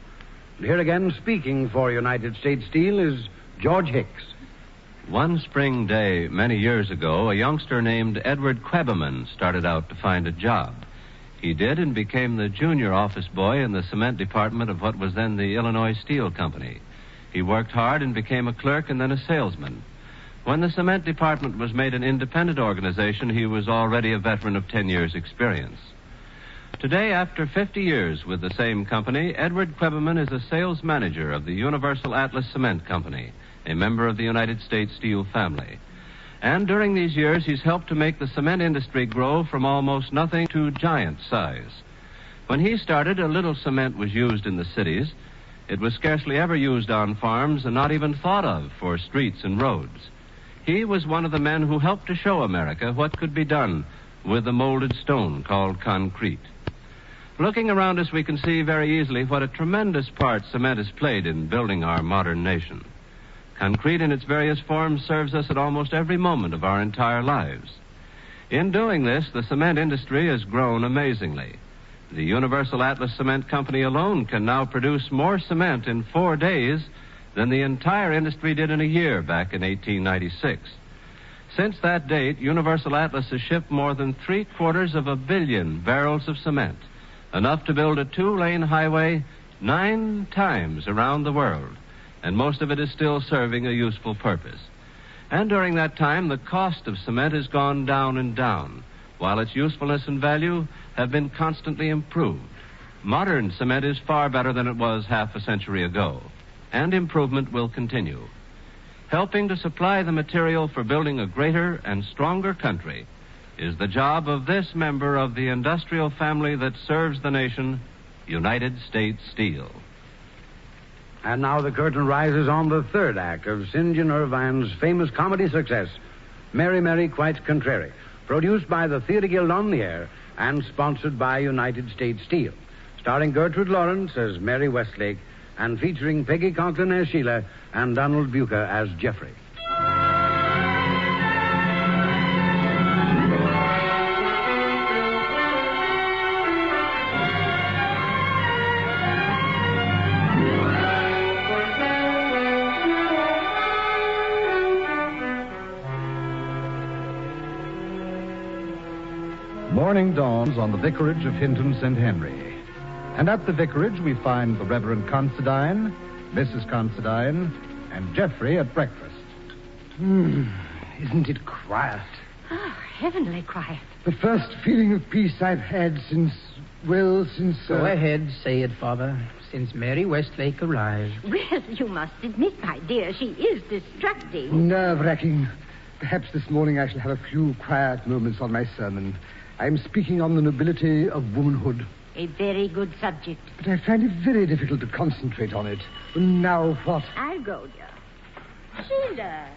And here again, speaking for United States Steel, is George Hicks. One spring day many years ago, a youngster named Edward Quebeman started out to find a job. He did and became the junior office boy in the cement department of what was then the Illinois Steel Company. He worked hard and became a clerk and then a salesman. When the cement department was made an independent organization, he was already a veteran of 10 years' experience. Today, after 50 years with the same company, Edward Quebeman is a sales manager of the Universal Atlas Cement Company, a member of the United States Steel family. And during these years, he's helped to make the cement industry grow from almost nothing to giant size. When he started, a little cement was used in the cities. It was scarcely ever used on farms and not even thought of for streets and roads. He was one of the men who helped to show America what could be done with the molded stone called concrete. Looking around us, we can see very easily what a tremendous part cement has played in building our modern nation. Concrete in its various forms serves us at almost every moment of our entire lives. In doing this, the cement industry has grown amazingly. The Universal Atlas Cement Company alone can now produce more cement in four days than the entire industry did in a year back in 1896. Since that date, Universal Atlas has shipped more than three quarters of a billion barrels of cement, enough to build a two lane highway nine times around the world and most of it is still serving a useful purpose. And during that time, the cost of cement has gone down and down, while its usefulness and value have been constantly improved. Modern cement is far better than it was half a century ago, and improvement will continue. Helping to supply the material for building a greater and stronger country is the job of this member of the industrial family that serves the nation, United States Steel. And now the curtain rises on the third act of St. John Irvine's famous comedy success, Mary Mary Quite Contrary, produced by the Theatre Guild on the air and sponsored by United States Steel, starring Gertrude Lawrence as Mary Westlake and featuring Peggy Conklin as Sheila and Donald Bucher as Jeffrey. Morning dawns on the vicarage of Hinton St. Henry. And at the vicarage, we find the Reverend Considine, Mrs. Considine, and Jeffrey at breakfast. Hmm, isn't it quiet? Oh, heavenly quiet. The first feeling of peace I've had since, well, since. Go uh, ahead, say it, Father. Since Mary Westlake arrived. Well, you must admit, my dear, she is distracting. Nerve wracking. Perhaps this morning I shall have a few quiet moments on my sermon. I'm speaking on the nobility of womanhood, A very good subject. but I find it very difficult to concentrate on it. Now what? I'll go, dear. Sheila,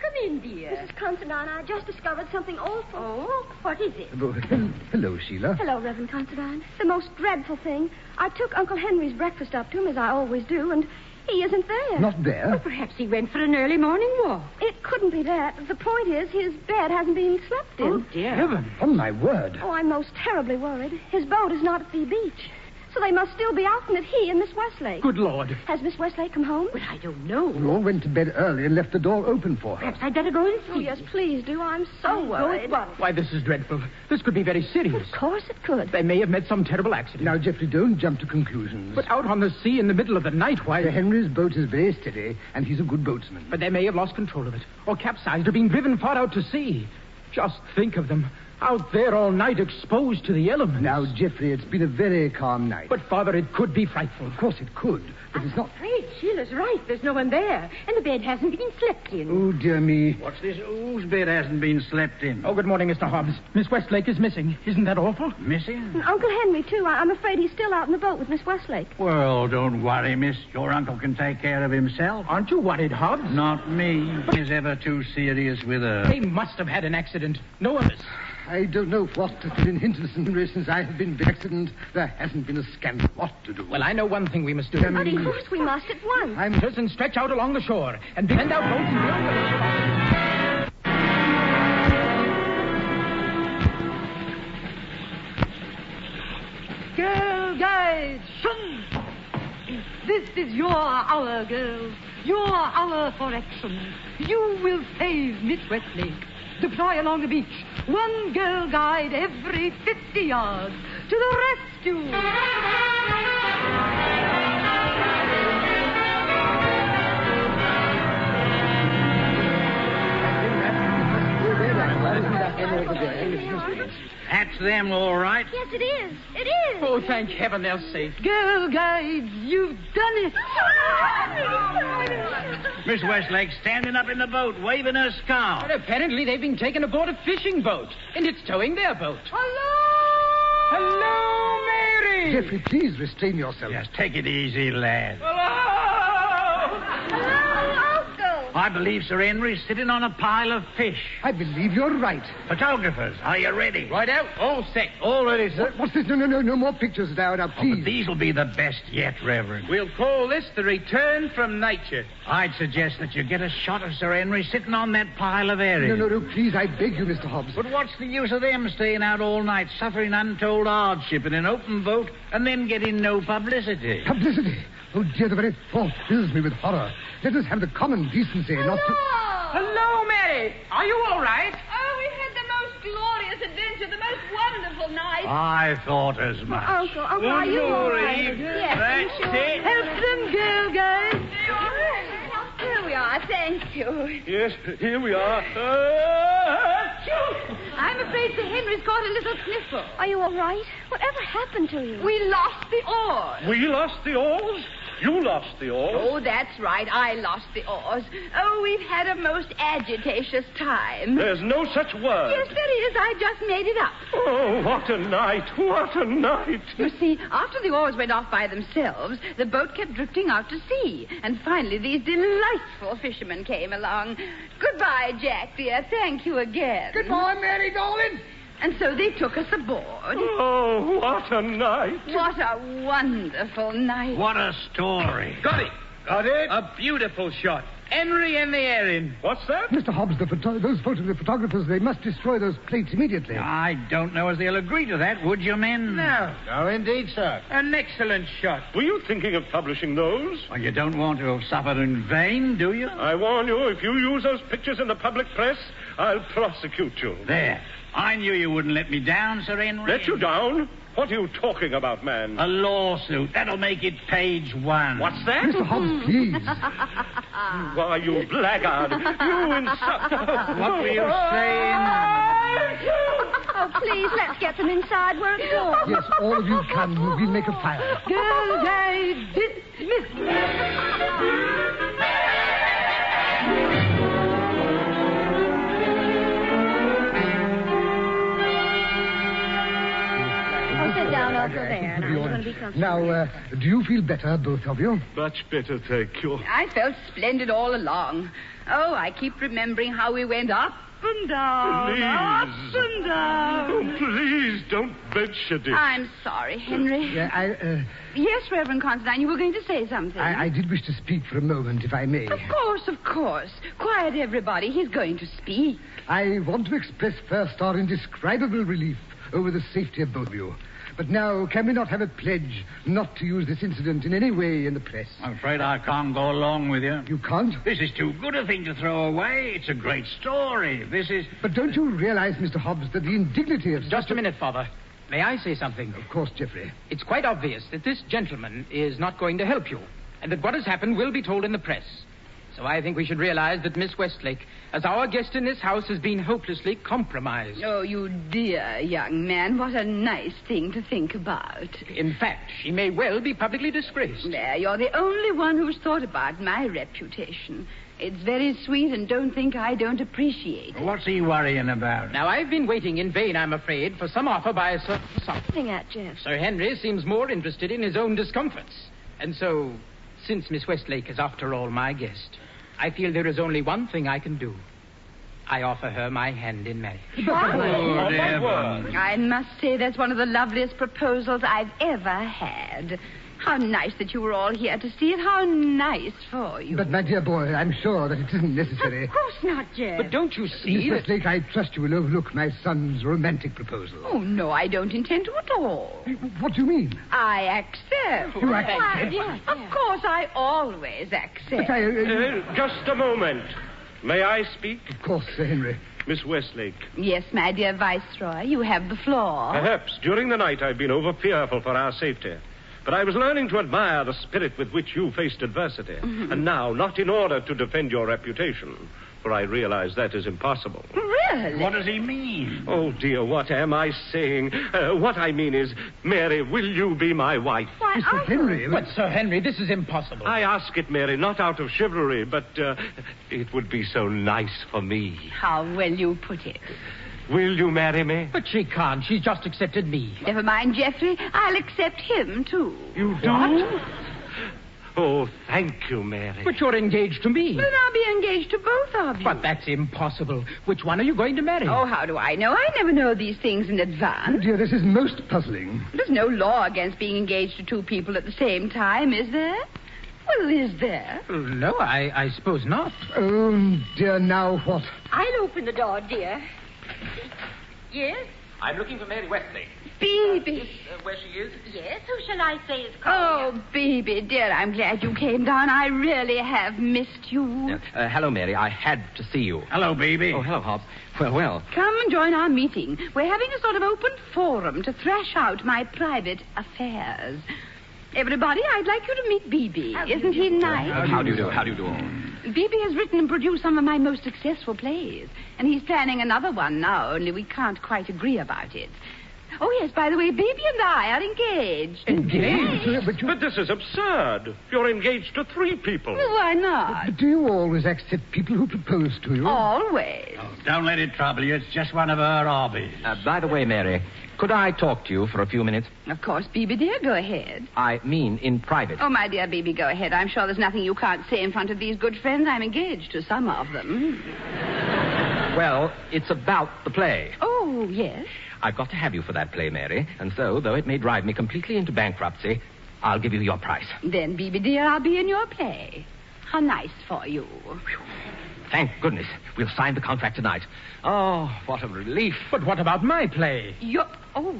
come in, dear. Mrs. Considine, I just discovered something awful. Oh, what is it? Oh, hel- Hello, Sheila. Hello, Reverend Considine. The most dreadful thing. I took Uncle Henry's breakfast up to him, as I always do, and he isn't there. Not there? Well, perhaps he went for an early morning walk. It couldn't be that. The point is, his bed hasn't been slept Oh, Oh, in. Heaven, on my word. Oh, I'm most terribly worried. His boat is not at the beach. So they must still be out in it, he and Miss Westlake. Good Lord. Has Miss Westlake come home? Well, I don't know. We all went to bed early and left the door open for her. Perhaps I'd better go and see. Oh, Oh, yes, please do. I'm so I'll go worried. at once. Why, this is dreadful. This could be very serious. Of course it could. They may have met some terrible accident. Now, Jeffrey, don't jump to conclusions. But out on the sea in the middle of the night, why? Sir Henry's boat is very steady, and he's a good boatsman. But they may have lost control of it, or capsized, or been driven far out to sea. Just think of them. Out there all night, exposed to the elements. Now, Jeffrey, it's been a very calm night. But, Father, it could be frightful. Of course it could, but it's not. Afraid Sheila's right. There's no one there, and the bed hasn't been slept in. Oh, dear me. What's this? Whose bed hasn't been slept in? Oh, good morning, Mr. Hobbs. Miss Westlake is missing. Isn't that awful? missing? And Uncle Henry, too. I- I'm afraid he's still out in the boat with Miss Westlake. Well, don't worry, miss. Your uncle can take care of himself. Aren't you worried, Hobbs? Not me. He's ever too serious with her. They must have had an accident. No one is. I don't know what has been in Hinterson since I have been accident. There hasn't been a scandal. What to do? Well, I know one thing we must do. But of course we must at once. I'm just and stretch out along the shore and send out boats and build them. Girl Guides, shun! This is your hour, girls. Your hour for action. You will save Miss Westlake. Deploy along the beach. One girl guide every 50 yards. to the rescue! That's them, all right. Yes, it is. It is. Oh, thank heaven they're safe. Girl guides, you've done it! Miss Westlake standing up in the boat, waving her scarf. But apparently they've been taken aboard a fishing boat, and it's towing their boat. Hello, Mary! Jeffrey, please restrain yourself. Yes, take it easy, lad. I believe Sir Henry's sitting on a pile of fish. I believe you're right. Photographers, are you ready? Right out, all set. All ready, sir. What's this? No, no, no, no more pictures now, now, please. These will be the best yet, Reverend. We'll call this the return from nature. I'd suggest that you get a shot of Sir Henry sitting on that pile of herring. no, no, no, please, I beg you, Mr. Hobbs. But what's the use of them staying out all night, suffering untold hardship in an open boat, and then getting no publicity? Publicity. Oh, dear, the very thought fills me with horror. Let us have the common decency not to... Hello, Mary. Are you all right? Oh, we had the most glorious adventure, the most wonderful night. Ah, I thought as much. Uncle, Uncle, Oh, are you all right? Yes, That's you sure? it. Help them, girl guys. Here we are, thank you. Yes, here we are. Uh, I'm afraid Sir Henry's got a little sniffle. Are you all right? Whatever happened to you? We lost the oars. We lost the oars. You lost the oars. Oh, that's right. I lost the oars. Oh, we've had a most agitatious time. There's no such word. Yes, there is. I just made it up. Oh, what a night. What a night. You see, after the oars went off by themselves, the boat kept drifting out to sea. And finally, these delightful fishermen came along. Goodbye, Jack, dear. Thank you again. Goodbye, Mary, darling. And so they took us aboard. Oh, what a night. What a wonderful night. What a story. Got it. Got it? A beautiful shot. Henry and the Erin. What's that? Mr. Hobbs, the photo- those photo- the photographers, they must destroy those plates immediately. I don't know as they'll agree to that, would you, men? No. No, indeed, sir. An excellent shot. Were you thinking of publishing those? Well, you don't want to have suffered in vain, do you? I warn you, if you use those pictures in the public press, I'll prosecute you. There. I knew you wouldn't let me down, Sir Henry. Let you down? What are you talking about, man? A lawsuit. That'll make it page one. What's that? Mr. Hobbs, please. Ah. Why, you blackguard. You insult. What were you saying? Oh, please, let's get them inside where it's warm. yes, all of you come. We'll make a fire. Girl guides, dismissed. Oh, sit down over there. Now, you're going to be comfortable. Now, uh, do you feel better, both of you? Much better, thank you. I felt splendid all along. Oh, I keep remembering how we went up and down, Please. up and down. Oh, please don't mention it. I'm sorry, Henry. Yeah, I, uh, Yes, Reverend Constantine, you were going to say something. I, I did wish to speak for a moment, if I may. Of course, of course. Quiet, everybody. He's going to speak. I want to express first our indescribable relief over the safety of both of you. But now, can we not have a pledge not to use this incident in any way in the press? Oh. I'm afraid I can't go along with you. You can't? This is too good a thing to throw away. It's a great story. This is. But don't you realize, Mr. Hobbs, that the indignity of Just a minute, Father. May I say something? Of course, Geoffrey. It's quite obvious that this gentleman is not going to help you, and that what has happened will be told in the press. So I think we should realize that Miss Westlake, as our guest in this house, has been hopelessly compromised. Oh, you dear young man. What a nice thing to think about. In fact, she may well be publicly disgraced. There, you're the only one who's thought about my reputation. It's very sweet, and don't think I don't appreciate it. What's he worrying about? Now, I've been waiting in vain, I'm afraid, for some offer by a certain sum. Nothing at Jeff. Sir Henry seems more interested in his own discomforts. And so, since Miss Westlake is after all my guest, I feel there is only one thing I can do. I offer her my hand in marriage. Oh, my word. I must say that's one of the loveliest proposals I've ever had. How nice that you were all here to see it. How nice for you. But, my dear boy, I'm sure that it isn't necessary. Of course not, Jeff. But don't you see Miss that... Westlake, I trust you will overlook my son's romantic proposal. Oh, no, I don't intend to at all. What do you mean? I accept. You accept? Why, Of course, I always accept. But I, uh, Uh, just a moment. May I speak? of course, Sir Henry. Miss Westlake. Yes, my dear Viceroy, you have the floor. Perhaps during the night I've been over fearful for our safety. But I was learning to admire the spirit with which you faced adversity. Mm-hmm. Mhm. And now, not in order to defend your reputation, for I realize that is impossible. Really? What does he mean? Oh, dear, what am I saying? Uh, what I mean is, Mary, will you be my wife? Why, Mr. Henry. But, Sir Henry, this is impossible. I ask it, Mary, not out of chivalry, but uh, it would be so nice for me. How well you put it. Will you marry me? But she can't. She just accepted me. Never mind, Geoffrey. I'll accept him, too. You do? Oh, thank you, Mary. But you're engaged to me. Then I'll be engaged to both of you. But that's impossible. Which one are you going to marry? Oh, how do I know? I never know these things in advance. Dear, this is most puzzling. There's no law against being engaged to two people at the same time, is there? Well, is there? No, I, I suppose not. Oh, dear, now what? I'll open the door, dear. Yes? I'm looking for Mary Westlake. Beebe. Uh, where she is? Yes? Who shall I say is calling? Oh, Beebe, dear, I'm glad you came down. I really have missed you. Uh, hello, Mary. I had to see you. Hello, baby. Oh, hello, Hobbs. Well, well. Come and join our meeting. We're having a sort of open forum to thrash out my private affairs. Everybody, I'd like you to meet Beebe. Isn't he nice? How do you do? How do you do? all? Beebe has written and produced some of my most successful plays, and he's planning another one now, only we can't quite agree about it. Oh, yes, by the way, Beebe and I are engaged. But, this is absurd. You're engaged to three people. Oh. Well, why not? But do you always accept people who propose to you? Oh. Always. Don't let it trouble you. It's just one of her hobbies. Uh, by the way, Mary, could I talk to you for a few minutes? Of course, Beebe, dear, go ahead. I mean, in private. Oh, my dear Beebe, go ahead. I'm sure there's nothing you can't say in front of these good friends. I'm engaged to some of them. Well, it's about the play. Oh, yes. I've got to have you for that play, Mary. And so, though it may drive me completely into bankruptcy, I'll give you your price. Then, Beebe, dear, I'll be in your play. How nice for you. Thank goodness. We'll sign the contract tonight. Oh, what a relief. But what about my play? You. Oh.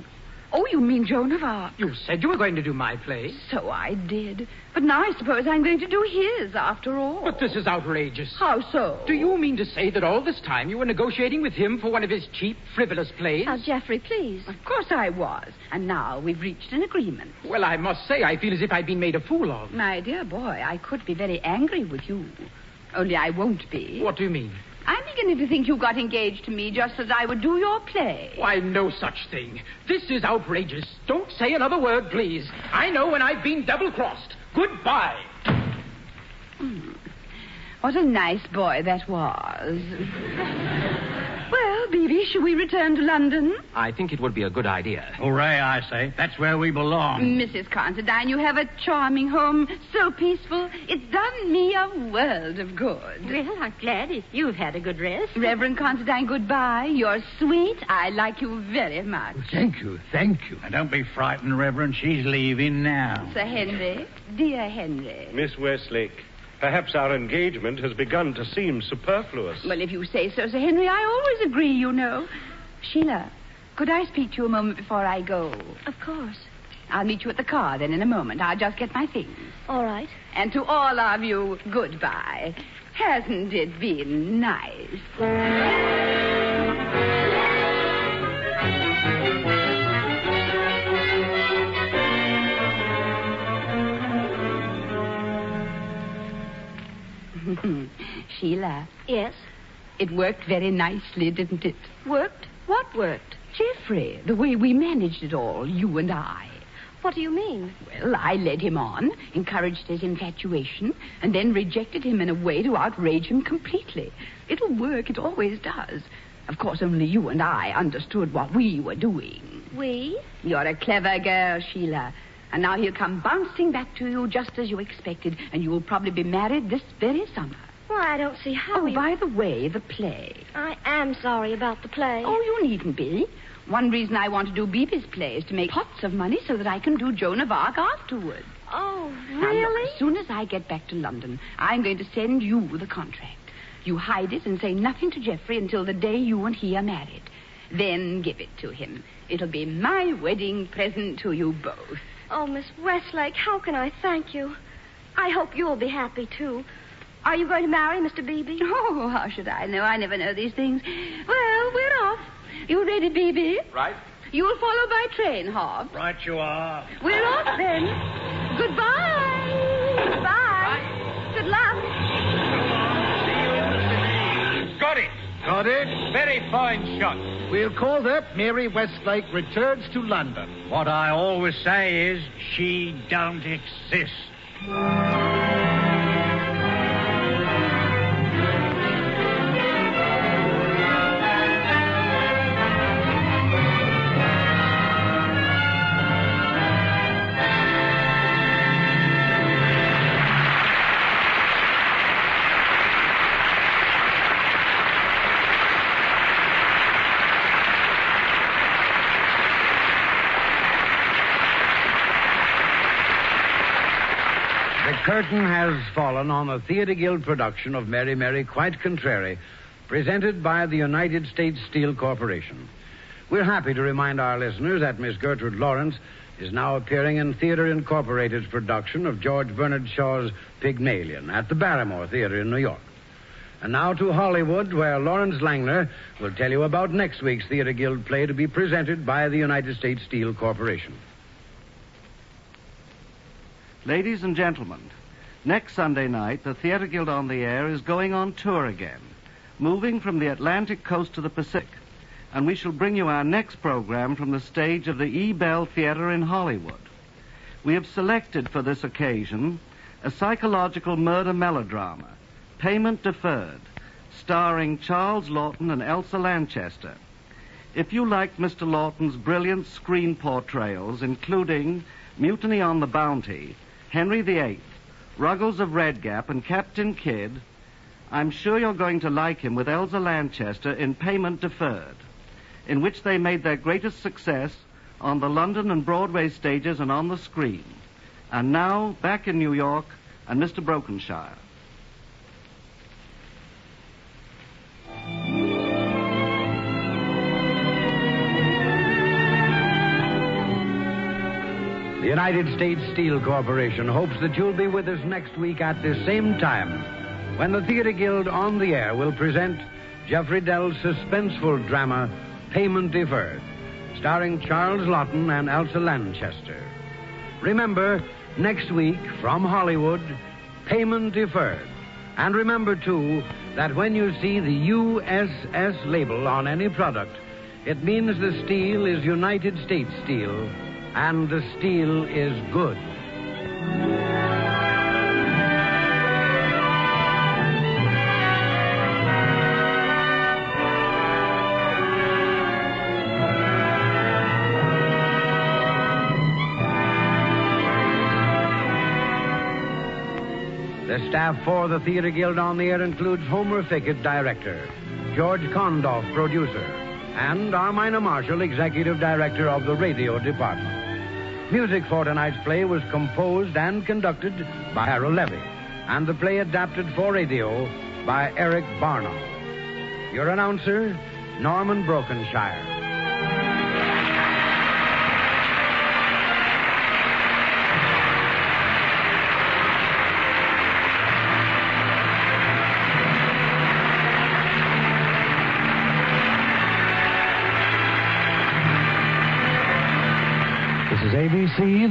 Oh, you mean Joan of Arc? You said you were going to do my play. So I did. But now I suppose I'm going to do his after all. But this is outrageous. How so? Do you mean to say that all this time you were negotiating with him for one of his cheap, frivolous plays? Now, Geoffrey, please. Of course I was. And now we've reached an agreement. Well, I must say, I feel as if I've been made a fool of. My dear boy, I could be very angry with you. Only I won't be. What do you mean? I'm beginning to think you got engaged to me just as I would do your play. Why, no such thing. This is outrageous. Don't say another word, please. I know when I've been double crossed. Goodbye. What a nice boy that was. well, Beebe, shall we return to London? I think it would be a good idea. Hooray, I say. That's where we belong. Um. Mrs. Considine, you have a charming home, so peaceful. It's done me a world of good. Well, I'm glad if you've had a good rest. Reverend Considine, goodbye. You're sweet. I like you very much. Thank you, thank you. And don't be frightened, Reverend. She's leaving now. Sir Henry, dear Henry. Miss Westlake, perhaps our engagement has begun to seem superfluous. Well, if you say so, Sir Henry, I always agree, you know. Sheila, could I speak to you a moment before I go? Of course. I'll meet you at the car then in a moment. I'll just get my things. All right. And to all of you, goodbye. Hasn't it been nice? Sheila. Yes? It worked very nicely, didn't it? Worked? What worked? Geoffrey, the way we managed it all, you and I. What do you mean? Well, I led him on, encouraged his infatuation, and then rejected him in a way to outrage him completely. It'll work, it always does. Of course, only you and I understood what we were doing. We? You're a clever girl, Sheila. And now he'll come bouncing back to you just as you expected, and you will probably be married this very summer. Well, I don't see how. oh, you- by the way, the play. I am sorry about the play. Oh, you needn't be. One reason I want to do Beebe's play is to make pots of money so that I can do Joan of Arc afterwards. Oh, Now, look, really? as soon as I get back to London, I'm going to send you the contract. You hide it and say nothing to Geoffrey until the day you and he are married. Then give it to him. It'll be my wedding present to you both. Oh, Miss Westlake, how can I thank you? I hope you'll be happy, too. Are you going to marry Mr. Beebe? Oh, how should I know? I never know these things. Well, we're off. You ready, Beebe? Right. You'll follow by train, Hobbs. Right you are. We're off then. Goodbye. Bye. Good luck. Got it. Got it? Very fine shot. We'll call that Mary Westlake Returns to London. What I always say is she don't exist. The curtain has fallen on a Theatre Guild production of Mary Mary Quite Contrary, presented by the United States Steel Corporation. We're happy to remind our listeners that Miss Gertrude Lawrence is now appearing in Theatre Incorporated's production of George Bernard Shaw's Pygmalion at the Barrymore Theatre in New York. And now to Hollywood, where Lawrence Langner will tell you about next week's Theatre Guild play to be presented by the United States Steel Corporation. Ladies and gentlemen, next Sunday night, the Theatre Guild on the Air is going on tour again, moving from the Atlantic coast to the Pacific. And we shall bring you our next program from the stage of the E. Bell Theatre in Hollywood. We have selected for this occasion a psychological murder melodrama, Payment Deferred, starring Charles Lawton and Elsa Lanchester. If you liked Mr. Lawton's brilliant screen portrayals, including Mutiny on the Bounty, Henry VIII, Ruggles of Red Gap, and Captain Kidd, I'm sure you're going to like him with Elsa Lanchester in Payment Deferred, in which they made their greatest success on the London and Broadway stages and on the screen. And now, back in New York, and Mr. Brokenshire. The United States Steel Corporation hopes that you'll be with us next week at this same time when the Theatre Guild on the air will present Geoffrey Dell's suspenseful drama Payment Deferred, starring Charles Lawton and Elsa Lanchester. Remember, next week from Hollywood, Payment Deferred. And remember, too, that when you see the USS label on any product, it means the steel is United States steel and the steel is good. The staff for the Theatre Guild on the Air includes Homer Fickett, director, George Kondoff, producer, and Armina Marshall, executive director of the radio department. Music for tonight's play was composed and conducted by Harold Levy, and the play adapted for radio by Eric Barnum. Your announcer, Norman Brokenshire. This is ABC,